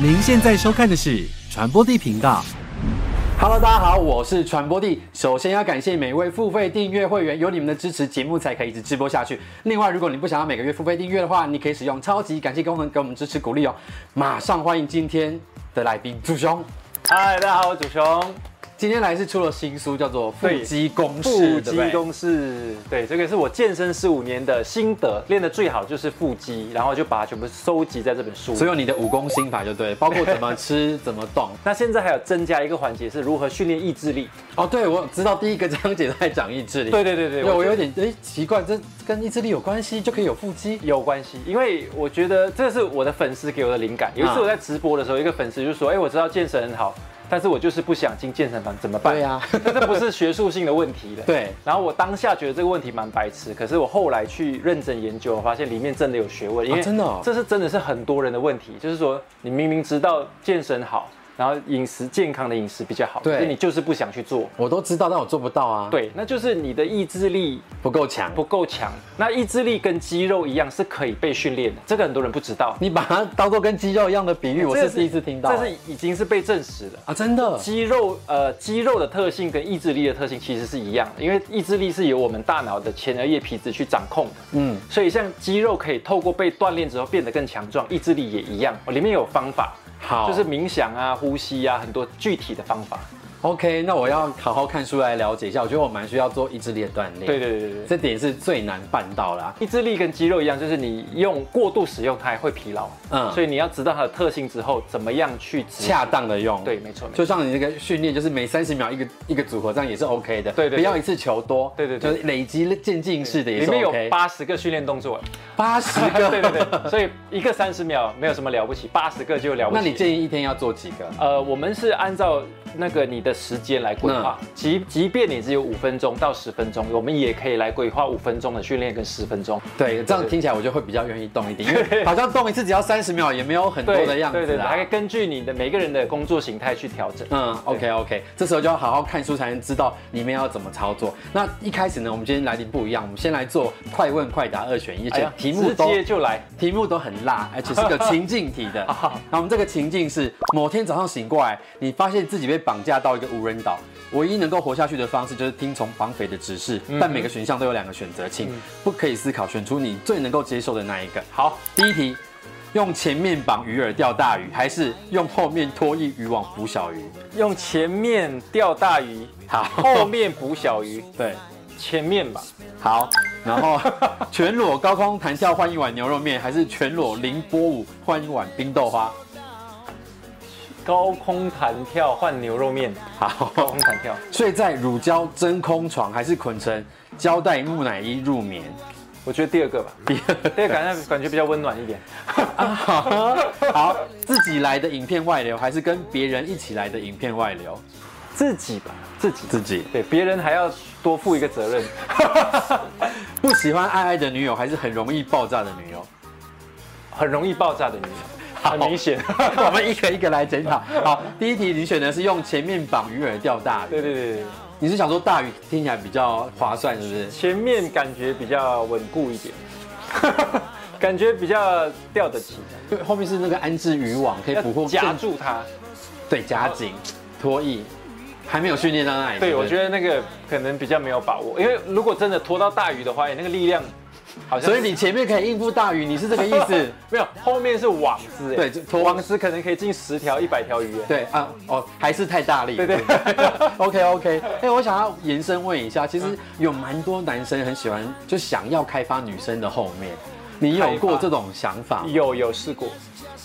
您现在收看的是传播地频道。 Hello，大家好，我是传播帝。首先要感谢每位付费订阅会员，有你们的支持，节目才可以一直直播下去。另外，如果你不想要每个月付费订阅的话，你可以使用超级感谢功能给我们支持鼓励哦。马上欢迎今天的来宾祖兄。嗨，大家好，我是主雄。今天来是出了新书，叫做《腹对肌公式》，腹对不对肌公式，对，这个是我健身十五年的心得，练得最好就是腹肌，然后就把它全部收集在这本书。所有你的武功心法就对了，包括怎么吃、怎么动。那现在还有增加一个环节是如何训练意志力。哦，对，我知道第一个章节在讲意志力。对对对对，对，我觉得有点哎奇怪，这跟意志力有关系就可以有腹肌？有关系，因为我觉得这是我的粉丝给我的灵感。啊有一次我在直播的时候，一个粉丝就说：“哎、我知道健身很好，但是我就是不想进健身房，怎么办？”对啊 但这不是学术性的问题的。对然后我当下觉得这个问题蛮白痴，可是我后来去认真研究，我发现里面真的有学问，因为啊真的哦这是真的是很多人的问题，就是说你明明知道健身好，然后饮食健康的饮食比较好，对可是你就是不想去做。我都知道，但我做不到啊。，对，那就是你的意志力不够强。不够强。那意志力跟肌肉一样是可以被训练的，这个很多人不知道。你把它当做跟肌肉一样的比喻，我哎这是个第一次听到。这是已经是被证实了。啊，真的肌肉呃，肌肉的特性跟意志力的特性其实是一样的，因为意志力是由我们大脑的前额叶皮质去掌控的。嗯嗯，所以像肌肉可以透过被锻炼之后变得更强壮，意志力也一样。哦，里面有方法，好就是冥想啊、呼吸啊，很多具体的方法。 OK。那我要好好看书来了解一下，我觉得我蛮需要做意志力的锻炼。对对对对对。这点是最难办到啦。意志力跟肌肉一样，就是你用过度使用它会疲劳，嗯嗯，所以你要知道它的特性之后，怎么样去执行恰当的用，嗯对没错没错就像你那个训练，就是每三十秒一个一个组合，这样也是 OK 的。对对对不要一次求多，对对对就是累积渐进式的也里是面 OK。有八十个训练 动作， 八十 个，对对对，所以一个三十秒没有什么了不起，八十个就了不那起。你建议一天要做几个？呃，我们是按照那个你的时间来规嗯划，即即便你只有五分钟到十分钟，我们也可以来规划五分钟的训练跟十分钟。对，这样听起来我就会比较愿意动一点，因 为好像动一次只要三十秒，也没有很多的样子啊对对对，还可以啦。根据你的每个人的工作形态去调整。嗯，OK OK，这时候就要好好看书才能知道里面要怎么操作。那一开始呢，我们今天来的不一样，我们先来做快问快答二选一，而哎且呀题目都直接就来，题目都很辣，而 且是个情境题的。 好，那我们这个情境是某天早上醒过来，你发现自己被绑架到一个无人岛，唯一能够活下去的方式就是听从绑匪的指示。但每个选项都有两个选择，请不可以思考，选出你最能够接受的那一个。好，第一题，用前面绑鱼饵钓大鱼，还是用后面拖一渔网捕小鱼？用前面钓大鱼，好 后面捕小鱼，对，前面吧，好。然 后全裸高空弹跳换一碗牛肉面，还是全裸零波舞换一碗冰豆花？高空弹跳换牛肉面，好，高空弹跳，睡在乳胶真空床还是捆成胶带木乃伊入眠？ 我觉得第二个吧，第二第二个感觉感觉比较温暖一点。好好，自己来的影片外流还是跟别人一起来的影片外流？自己吧，自己，自己对别人还要多负一个责任。 不喜欢爱爱的女友还是很容易爆炸的女友？很容易爆炸的女人，很明显。 我们一个一个来检讨。好，第一题你选的是用前面绑鱼饵钓大鱼，对对对对，你是想说大鱼听起来比较划算，是不是？前面感觉比较稳固一点， 感觉比较吊得起，因为后面是那个安置渔网，可以要捕获夹更住它。对夹紧脱衣，还没有训练到那里。对，我觉得。得那个可能比较没有把握，因为如果真的拖到大鱼的话，哎那个力量好像所以你前面可以应付大鱼，你是这个意 思？没有，后面是网子，哎对就拖网子可能可以进十条、一百条鱼。哎对啊，哦，还是太大力。对对 OK OK。哎、我想要延伸问一下，其嗯实有蛮多男生很喜欢，就想要开发女生的后面。你有过这种想法吗？有有试过，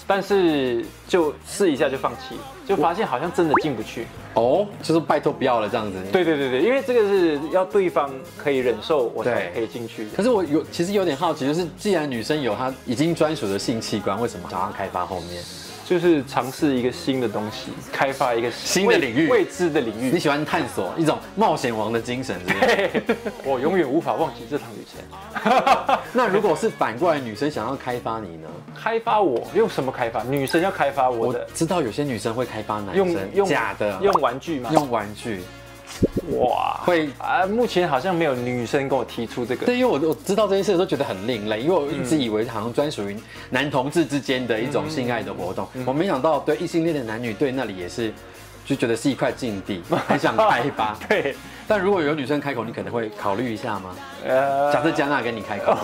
但是就试一下就放弃了，就发现好像真的进不去。哦，就是拜托不要了这样子。。对对对对，因为这个是要对方可以忍受，我才对可以进去的。可是我有，其实有点好奇，就是既然女生有她已经专属的性器官，为什么想要开发后面？就是尝试一个新的东西，开发一个新新的领域未知的领你 域。喜欢探索一种冒险王的精神之类 的。嘿嘿嘿我永远无法忘记这趟旅程。 那如果是反过来，女生想要开发你呢？开发我用什么开发？女生要开发我我的，知道有些女生会开发男用生，用假的，用玩具吗？用玩具。哇，会啊，目前好像没有女生跟我提出这个。对，因为我我知道这件事的时候觉得很另类，因为我一嗯直以为好像专属于男同志之间的一种性爱的活动，嗯我没想到对异性恋的男女对那里也是，就觉得是一块禁地，很想开 吧。对，但如果有女生开口，你可能会考虑一下吗？呃 假设加纳跟你开口，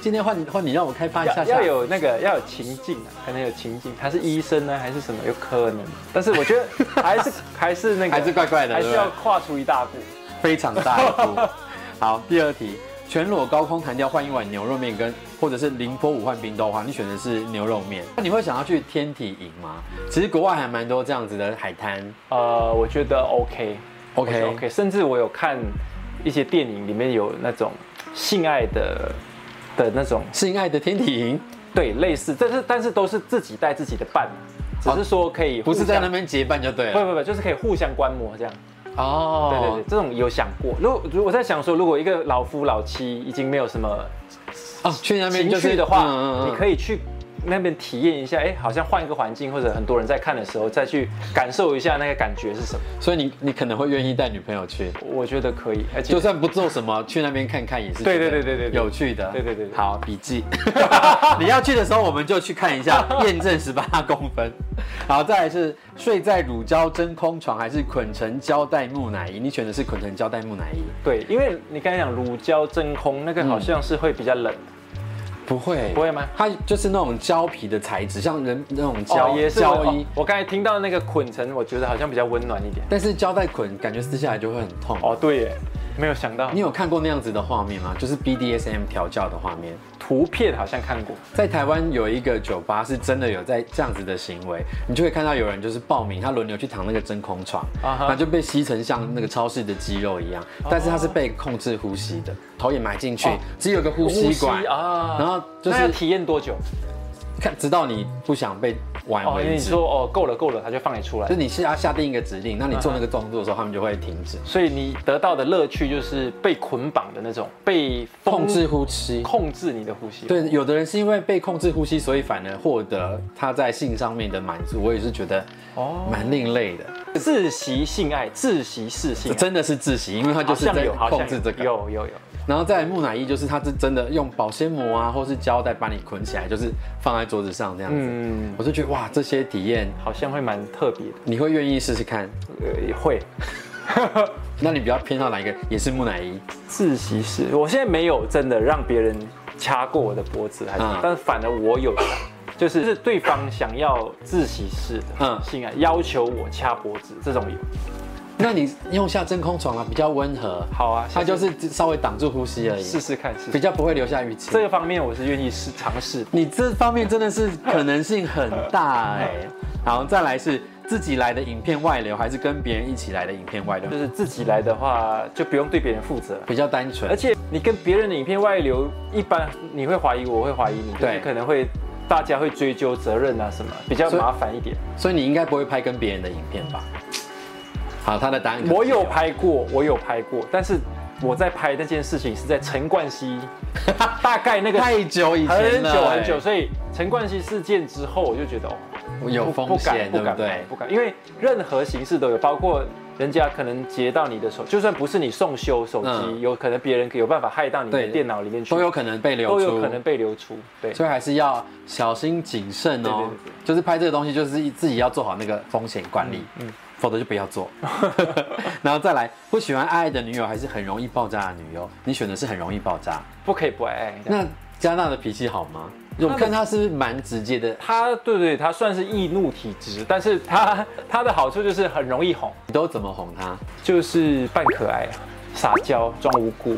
今天换换你让我开发一下要下，要有那个要有情境啊，可能有情境，他是医生呢还是什么？有可能，但是我觉 得还是还是那个还是怪怪的还对是不对要跨出一大步。非常大一步。 好，第二题，全裸高空弹跳换一碗牛肉面跟或者是零波舞换冰豆花，你选的是牛肉面，那你会想要去天体营吗？其实国外还蛮多这样子的海滩。呃，我觉得 OK 我 OK 觉得 OK，甚至我有看一些电影里面有那种性爱的的那种性爱的天体营，对类似，但是但是都是自己带自己的伴，只是说可以不是在互那相边结伴就对不了。不不，就是可以互相观摩这样。哦，对对对，这种有想过。如果如果在想说，如果一个老夫老妻已经没有什么哦，去嗯那边情就是绪的话，你以可以去那边体验一下，哎，好像换一个环境，或者很多人在看的时候，再去感受一下那个感觉是什么。，所以你你可能会愿意带女朋友去，我觉得可以，而且就算不做什么，去那边看看也是对觉得对对对对对有趣的，对对对对好，笔 记， 你要去的时候我们就去看一下，验证十八公分。好，再来是睡在乳胶真空床还是捆成胶带木乃伊？你选的是捆成胶带木乃伊，对，因为你刚才讲乳胶真空那个好像是会比较冷，不会不会吗？它就是那种胶皮的材质，像人那种胶、哦也是胶衣我，我刚才听到那个捆成，我觉得好像比较温暖一点。但是胶带捆感觉撕下来就会很痛。哦，对耶，没有想到你有看过那样子的画面吗？就是 BDSM 调教的画面，图片好像看过。在台湾有一个酒吧是真的有在这样子的行为，你就会看到有人就是报名，他轮流去躺那个真空床，啊哈然后就被吸成像那个超市的鸡肉一样，但是他是被控制呼吸的，头也埋进去哦，只有一个呼吸管，啊然后就那要是体验多久？看直到你不想被玩哦，因为为你止。说哦够了够了，他就放你出来就。你是要下定一个指令，那你做那个动作的时候，他们就会停止所以你得到的乐趣就是被捆绑的那种，被封控制呼吸。控制你的呼吸。，对，有的人是因为被控制呼吸，所以反而获得他在性上面的满足。我也是觉得，哦哦，蛮另类的，自习性爱，自习是这性爱，真的是窒息，因为他好就是像在有，好控像制这个。有有有有。然后再来木乃伊，就是他是真的用保鲜膜啊，或是胶带把你捆起来，就是放在桌子上这样子。嗯，我就觉得哇，这些体验好像会蛮特别的，你会愿意试试看？呃，也会。那你比较偏好哪一个？也是木乃伊，自习是，我现在没有真的让别人掐过我的脖子，还是，嗯但是反而我有的，就是是对方想要自习式的嗯性爱，要求我掐脖子，这种有。那你用下真空床啊，比较温和。好啊，它就下次是稍微挡住呼吸而已，试试看，试试比。较不会留下淤青这。个方面我是愿意试尝试的。你这方面真的是可能性很大哎、 好，再来是自己来的影片外流，还是跟别人一起来的影片外流就？是自己来的话，就不用对别人负责。比较单纯而，且你跟别人的影片外流，一般你会怀疑我，我会怀疑你，对就是可能会大家会追究责任啊什么，比较所以麻烦一点。所以你应该不会拍跟别人的影片吧？好，他的答案可能是我有，拍过，我有拍过，但是我在拍那件事情是在陈冠 希，大概那个太久以前很了，欸久很久，所以陈冠希事件之后，我就觉得哦，久，有不风不敢险，不对不敢对拍，？不敢，因为任何形式都有，包括人家可能截到你的手，就算不是你送修手嗯机，有可能别人有办法害到你的对电脑里面去，都有可能被流都出，有可能被流出。对，所以还是要小心谨慎哦。对对对就是拍这个东西，就是自己要做好那个风险管理，嗯，否则就不要 做。然后再来，不喜欢爱爱的女友还是很容易爆炸的女友，你选的是很容易爆炸。不可以不爱。那那加纳的脾气好吗？我看他是不是蛮直接的，他对对，他算是易怒体质，但是他他的好处就是很容易哄，你都怎么哄他？就是扮可爱、啊撒娇、装无辜，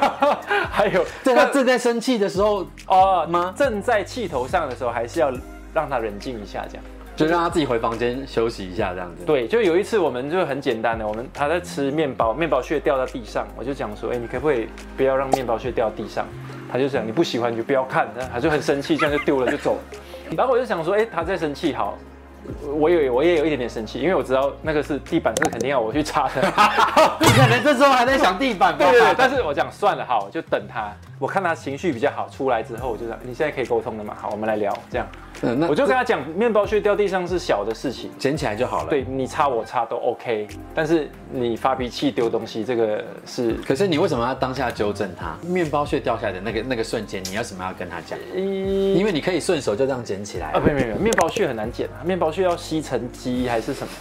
还有在他正在生气的时候，哦吗正在气头上的时候，还是要让他冷静一下，这样。就让他自己回房间休息一下，这样子。，对，就有一次我们就很简单的，我们他在吃面包，面包屑掉到地上，我就讲说，哎、你可不可以不要让面包屑掉地上？他就讲你不喜欢你就不要看，然后他就很生气，这样就丢了就走了。然后我就想说，哎、他在生气，好，我有我也有一点点生气，因为我知道那个是地板是肯定要我去擦的。 你可能这时候还在想地板吧对对对，但是我讲哎算了，好，哎我就等他，我看他情绪比较好出来之后，我就讲你现在可以沟通了嘛，好，我们来聊这样。嗯，那我就跟他讲，面包屑掉地上是小的事情，捡起来就好了。对，你擦我擦都 OK，但是你发脾气丢东西，这个是可是你为什么要当下纠正他？面包屑掉下来的那个那个瞬间，你要什么要跟他讲？一因为你可以顺手就这样捡起来啊，，没有没有没有，面包屑很难剪啊，面包屑要吸尘机还是什么？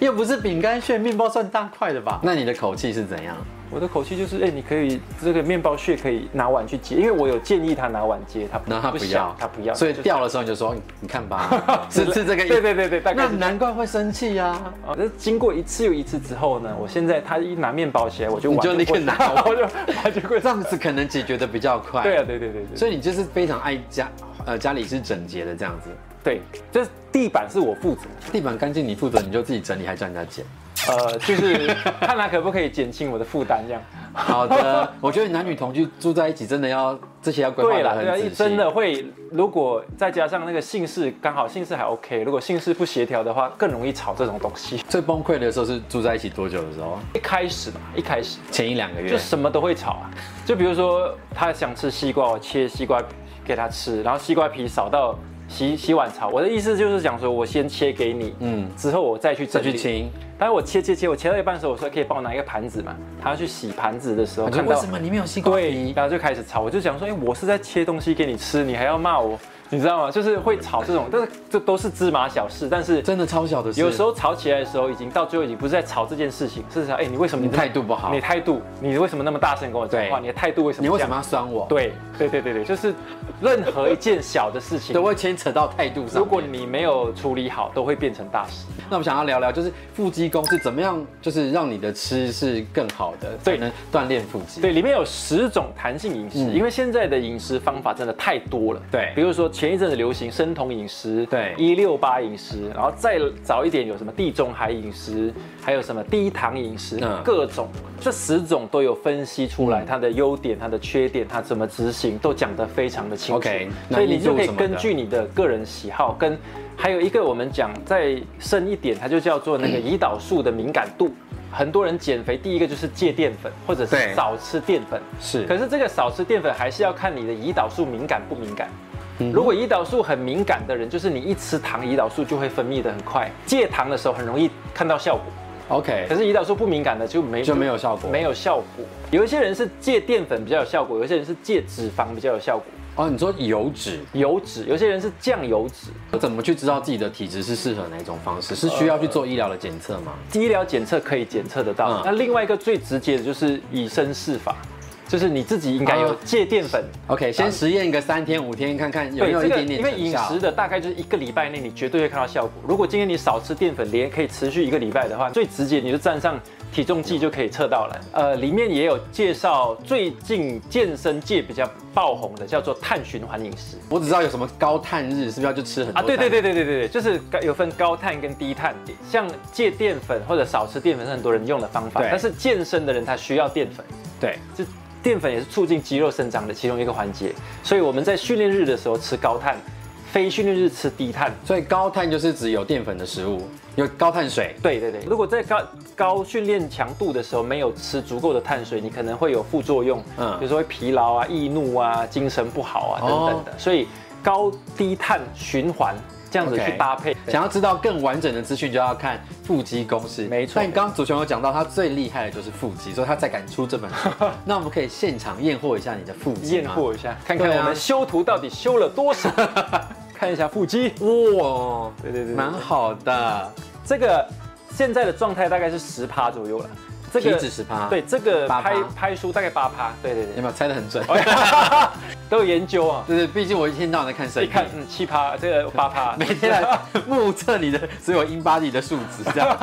又不是饼干屑，面包算大块的吧？那你的口气是怎样？我的口气就是，哎、你可以这个面包屑可以拿碗去接，因为我有建议他拿碗接，他不然后他不想要，他不要，所以就是掉的时候你就说，你看吧， 是是这个意对思。对对对，大概那是这样难怪会生气呀。啊，那经过一次又一次之后呢，我现在他一拿面包起来，我就你就碗立刻拿我就把这个这样子可能解决的比较快。对啊，对对对对，所以你就是非常爱家，呃，家里是整洁的这样子，对，这地板是我负责，地板干净你负责，你就自己整理，还叫人家捡。呃，就是看他可不可以减轻我的负担这样。好 的，我觉得男女同居住在一起，真的要这些要规划对的了，对啊，很仔一细。真的会，如果再加上那个姓氏刚好姓氏还 OK，如果姓氏不协调的话，更容易吵这种东西。最崩溃的时候是住在一起多久的时候？一开始嘛，一开始前一两个月就。什么都会吵啊，就比如说他想吃西瓜，我切西瓜给他吃，然后西瓜皮扫到洗洗碗槽。我的意思就是讲说，我先切给你，嗯嗯，之后我再去再整理去。清，但是我切切切，我切到一半的时候，我说可以帮我拿一个盘子嘛？他要去洗盘子的时候，我说看到啊为什么你没有西瓜对，皮？然后就开始吵。我就想说，哎、我是在切东西给你吃，你还要骂我，你知道吗？就是会吵这种，但是这都是芝麻小事，但是真的超小的事。有时候吵起来的时候，已经到最后已经不是在吵这件事情，是想哎、你为什么你这么态度不好你，态度，你为什么那么大声跟我讲话？对你的态度为什么？你为什么？要酸我？对对对对对，就是任何一件小的事 情都，会牵扯到态度上面。如果你没有处理好，都会变成大事。那我们想要聊聊，就是腹肌功是怎么样，就是让你的吃是更好的，才对能锻炼腹肌。对，里面有十种弹性饮食，嗯因为现在的饮食方法真的太多了。对比如说前一阵子流行生酮饮食，对一六八饮食，然后再早一点有什么地中海饮食，还有什么低糖饮食，嗯各种这十种都有分析出来，嗯它的优点、它的缺点、它怎么执行，都讲得非常的清楚。 OK，所以你就可难易度以什么的根据你的个人喜好跟。还有一个，我们讲再深一点，它就叫做那个胰岛素的敏感度。很多人减肥，第一个就是戒淀粉，或者是对少吃淀粉。是可是这个少吃淀粉还是要看你的胰岛素敏感不敏感。如果胰岛素很敏感的人，就是你一吃糖，胰岛素就会分泌的很快。戒糖的时候很容易看到效果， ，OK，可是胰岛素不敏感的就没就没有效果没有效果。有一些人是戒淀粉比较有效果，有一些人是戒脂肪比较有效果，哦，你说油脂，油脂，有些人是降油脂。我怎么去知道自己的体质是适合哪一种方式？是需要去做医疗的检测吗？医疗检测可以检测得到嗯。那另外一个最直接的就是以身试法，就是你自己应该有啊戒淀粉。 OK，先实验个三天五天，看看有没呃有对这一个，点点因为饮成效食的大概就是一个礼拜内，你绝对会看到效果。如果今天你少吃淀粉，连可以持续一个礼拜的话，最直接你就站上体重计就可以测到了。呃，里面也有介绍最近健身界比较爆红的，叫做碳循环饮食我只知道有什么高碳日，是不是要去吃很多？啊。对对，对对对对对，就是高有分高碳跟低碳。像戒淀粉或者少吃淀粉是很多人用的方法对，但是健身的人他需要淀粉。对，就淀粉也是促进肌肉生长的其中一个环节，所以我们在训练日的时候吃高碳，非训练日吃低碳。所以高碳就是指有淀粉的食物，有高碳水。对对对，如果在高高训练强度的时候没有吃足够的碳水，你可能会有副作用，嗯哦嗯，比如说会疲劳啊、易怒啊、精神不好啊等等的。所以高低碳循环这样子 OK 去搭配，想要知道更完整的资讯，就要看腹肌公式。没错但刚刚主持人有讲到，他最厉害的就是腹肌，所以他才敢出 这本书。那我们可以现场验货一下你的腹肌验吗货一下，看看对啊我们修图到底修了多少， 看一下腹肌。哇，对对对对蛮好的，这个现在的状态大概是十趴左右了。这体个脂十趴，对，，这个8%拍拍书大概八趴，对对有对，没有猜得很哦准？ 都有研究啊。就是毕竟我一天到晚在看身一体，看，嗯，七趴，这个八趴， 每天来目测你的所有 in body 的数值，这 样。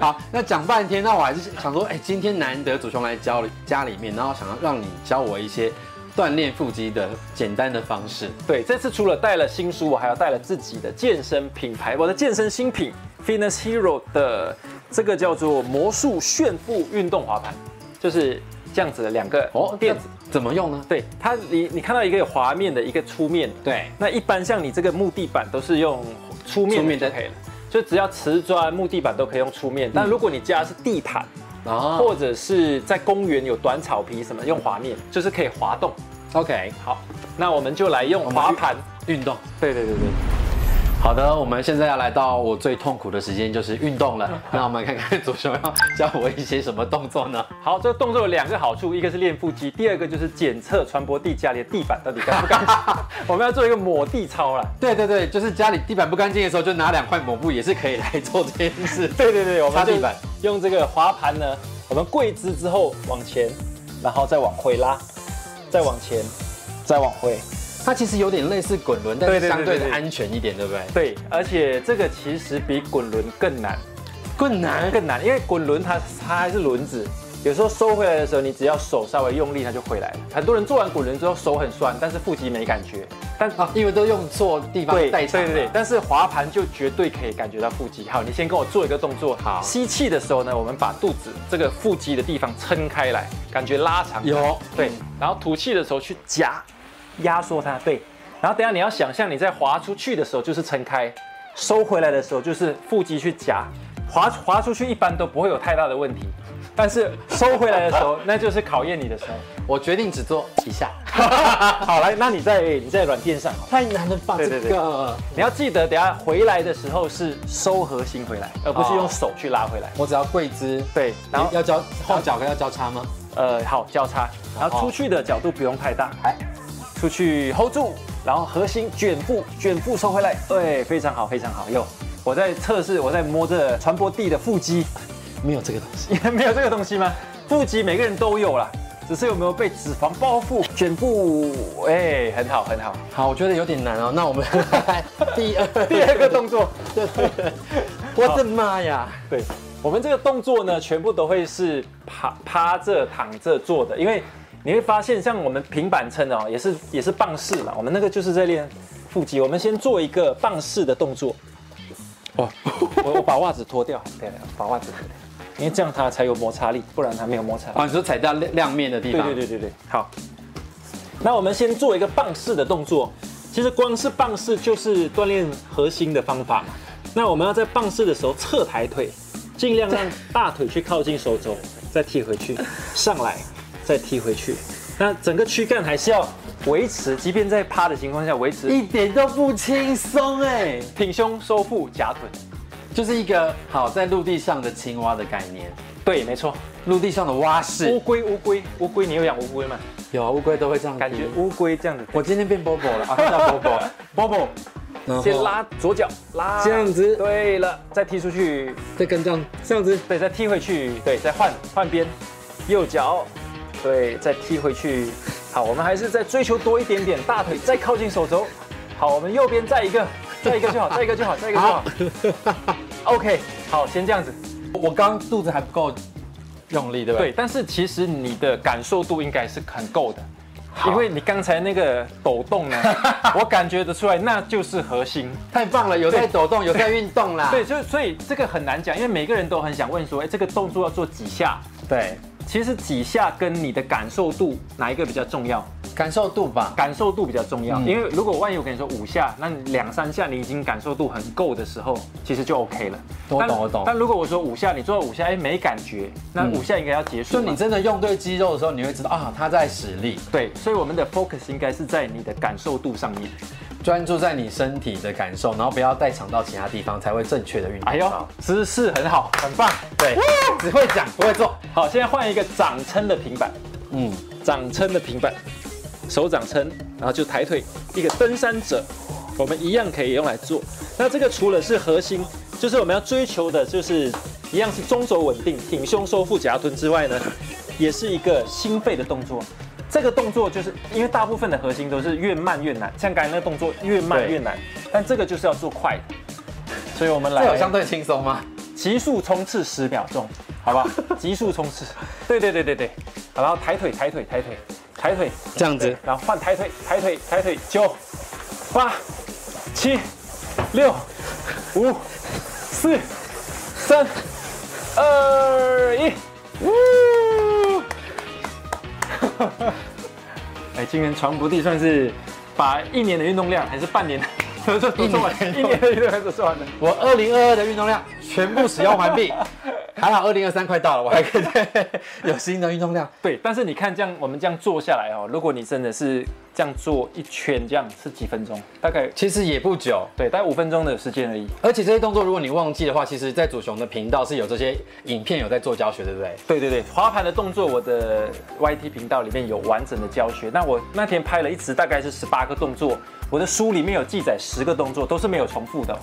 好，那讲半天，那我还是想说，哎、今天难得主雄来教家里面，然后想要让你教我一些锻炼腹肌的简单的方式。 对，这次除了带了新书，我还要带了自己的健身品牌，我的健身新品 Fitness Hero 的这个叫做魔术炫富运动滑板，就是这样子的两个哦，垫电子子。怎么用呢？对它，你你看到一个有滑面的，一个粗面的。对，那一般像你这个木地板都是用粗面嗯粗面就的可以了，就只要瓷砖、木地板都可以用粗面。但如果你家是地毯，然后或者是在公园有短草皮什么，用滑面就是可以滑动。 OK，好，那我们就来用滑盘。运动。对对对对，好的，我们现在要来到我最痛苦的时间，就是运动 了。那我们看看左雄要教我一些什么动作呢？好，这个动作有两个好处，一个是练腹肌，第二个就是检测船舶地家里的地板到底干不干 净。我们要做一个抹地操啦。对对对，就是家里地板不干净的时候，就拿两块抹布也是可以来做这件事。对对对，我擦们地就板用这个滑盘呢，我们跪姿之后往前，然后再往回拉，再往前，再往回。它其实有点类似滚轮，但是对对对相对对的对安全一点，对不对？对，而且这个其实比滚轮更难，更难。更难，因为滚轮它它还是轮子，有时候收回来的时候，你只要手稍微用力，它就回来了。很多人做完滚轮之后手很酸，但是腹肌没感觉。但啊，因为都用错地方对代对偿了啊对对，但是滑盘就绝对可以感觉到腹肌。好，你先跟我做一个动作。好吸气的时候呢，我们把肚子这个腹肌的地方撑开来，感觉拉长。有嗯对，然后吐气的时候去夹，压缩它。对，然后等一下你要想象你在滑出去的时候就是撑开，收回来的时候就是腹肌去夹，滑滑出去一般都不会有太大的问题，但是收回来的时候 那就是考验你的时候。我决定只做一下。好，来，那你在你在软垫上好了。太难了吧对对对个你要记得，等一下回来的时候是收核心回来，而不是用手去拉回来。我只要跪姿，哦对，然后要交后脚跟要交叉吗？呃好交叉，哦然后出去的角度不用太大，哎，出去 hold 住，然后核心卷腹，卷腹收回来，对，非常好，非常好，有。我在测试，我在摸着传播地的腹肌，没有这个东西。也没有这个东西吗？腹肌每个人都有啦，只是有没有被脂肪包覆？卷腹，哎、很好，很 好。好，我觉得有点难哦。那 我们第二第二个动作，对对对，我的妈呀！对，我们这个动作呢，全部都会是趴趴着、躺着做的，因为你会发现，像我们平板撑哦，也是也是棒式嘛，我们那个就是在练腹肌。我们先做一个棒式的动作。哦，我我把袜子脱掉，对，把袜子脱掉，因为这样它才有摩擦力，不然它没有摩擦力。啊，你说踩到亮亮面的地对方，对对对对，好。那我们先做一个棒式的动作，其实光是棒式就是锻炼核心的方法嘛。那我们要在棒式的时候侧抬腿，尽量让大腿去靠近手肘，再踢回去，上来，再踢回去。那整个躯干还是要维持，即便在趴的情况下维持一点都不轻松哎，挺胸、收腹、夹臀。就是一个好在陆地上的青蛙的概念，对，没错。陆地上的蛙乌式，龟，乌龟，乌龟，你有养乌龟吗？有啊乌龟都会这样踢感觉乌龟这样 子，我今天变 Bobo 了啊，他叫 Bobo，Bobo，然后先拉左脚，拉这样子对了，再踢出去，再跟这样这样子，对，再踢回去，对，再换换边，右脚，对，再踢回去。好，我们还是再追求多一点点，大腿再靠近手肘。好，我们右边再一 个，再一个就好，再一个就好，再一个就好。OK，好，先这样子。我刚肚子还不够用力，对不对？对，但是其实你的感受度应该是很够的，因为你刚才那个抖 动呢，我感觉得出来，那就是核心。太棒了，有在抖动，有在运动啦。对，，就所以这个很难讲，因为每个人都很想问说，哎，这个动作要做几下？对，其实几下跟你的感受度哪一个比较重要？感受度吧。感受度比较重要，嗯因为如果万一我跟你说五下，那你两三下你已经感受度很够的时候，其实就 OK 了。我懂但我懂但如果我说五下，你做到五下，哎，没感觉，那嗯五下应该要结束就嘛。你真的用对肌肉的时候，你会知道啊，它在使力，对，所以我们的 focus 应该是在你的感受度上面。专注在你身体的感受，然后不要代偿到其他地方，才会正确的运动。哎呦，姿势很好，很棒。对，只会讲不会做。好，现在换一个掌撑的平板。嗯，掌撑的平板，手掌撑，然后就抬腿，一个登山者，我们一样可以用来做。那这个除了是核心，就是我们要追求的，就是一样是中轴稳定、挺胸收腹夹臀之外呢，也是一个心肺的动作。这个动作就是因为大部分的核心都是越慢越难，像刚才那个动作越慢对越难，但这个就是要做快的。所以我们这来有相对轻松吗？急速冲刺十秒钟，好 不好？急速冲刺，对对对对对，好然后抬腿抬腿抬腿抬腿，这样对，然后换抬腿抬腿抬腿，九、八、七、六、五、四、三、二、一，呜！ 哎，今年传播地算是把一年的运动量还是半年的 都做完，一年的运动量都做完了。 我二零二二的运动量全部使用完毕。还好二零二三快到了，我还可以 有新的运动量。对，但是你看这样，我们这样做下来哦，如果你真的是这样做一圈，这样是几分钟？大概其实也不久，对，大概五分钟的时间而已。而且这些动作如果你忘记的话，其实在祖雄的频道是有这些影片有在做教学，对不对？对对对，滑盘的动作，我的 YT 频道里面有完整的教学。那我那天拍了一直大概是十八个动作，我的书里面有记载十个动作，都是没有重复的哦、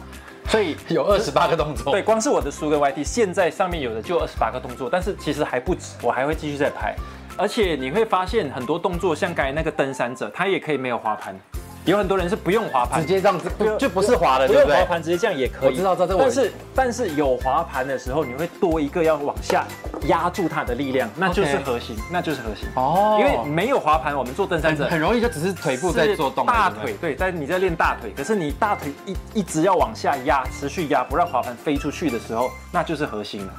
所以有二十八个动作， 对，，光是我的书跟 YT，现在上面有的就二十八个动作，但是其实还不止，我还会继续再拍。而且你会发现很多动作，像刚才那个登山者，他也可以没有滑盘，有很多人是不用滑盘直，接这样子用不就不是滑了，不对用不滑对？盘直接这样也可我以。知道知道这个我但是但是有滑盘的时候，你会多一个要往下压住它的力量，那就是核心，那就是核心。哦因为没有滑盘，我们做登山者很容易就只是腿部在做动是而已大对不腿对对，但你在练大腿，可是你大腿一一直要往下压，持续压，不让滑盘飞出去的时候，那就是核心了。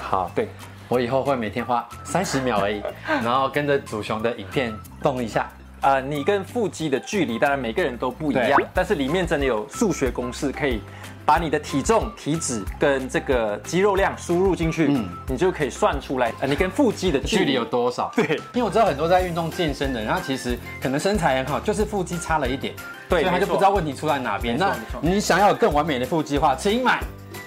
好，对，我以后会每天花三十秒 而已，然后跟着祖雄的影片动一下。啊、你跟腹肌的距离，当然每个人都不一样对，但是里面真的有数学公式可以。把你的体重、体脂跟这个肌肉量输入进去，你就可以算出来，呃，你跟腹肌的距嗯距离离有多少？对 因为我知道很多在运动健身的人，他其实可能身材很好，就是腹肌差了一点，所对以他没就错不知道问题出在哪边。没错那没错你想要有更完美的腹肌的话，请买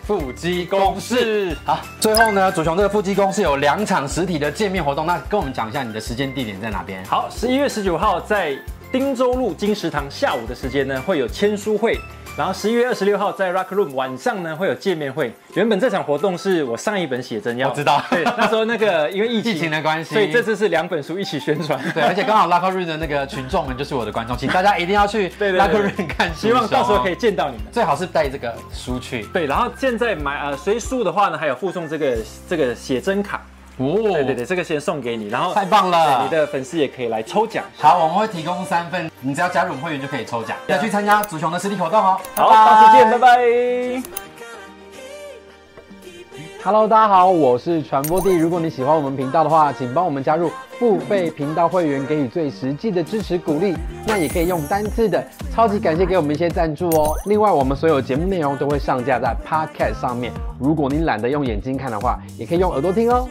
腹肌公式。是好，最后呢，祖雄这个腹肌公式有两场实体的见面活动，那跟我们讲一下你的时间地点在哪边？好，十一月十九号在汀州路金石堂下午的时间呢，会有签书会。然后十一月二十六号在 Rock Room 晚上呢会有见面会。原本这场活动是我上一本写真要，我知道对，那时候那个因为疫 情疫情的关系所以这次是两本书一起宣传。 对，而且刚好拉克瑞的那个群众们就是我的观众，请大家一定要去对对对拉克瑞看希望到时候可以以见到你们。最好是带这个书去对，然后现在买呃随书的话呢，还有附送这个这个写真卡。哦。对对对，这个先送给你，然后太棒了对你的粉丝也可以来抽奖。好，我们会提供三份，你只要加入我们会员就可以抽奖，要去参加足球的实体活动哦。好，到时见，拜。拜。 Hello，大家好，我是传播帝。如果你喜欢我们频道的话，请帮我们加入付费频道会员，给予最实际的支持鼓励。那也可以用单次的，超级感谢给我们一些赞助哦。另外，我们所有节目内容都会上架在 Podcast 上面，如果你懒得用眼睛看的话，也可以用耳朵听哦。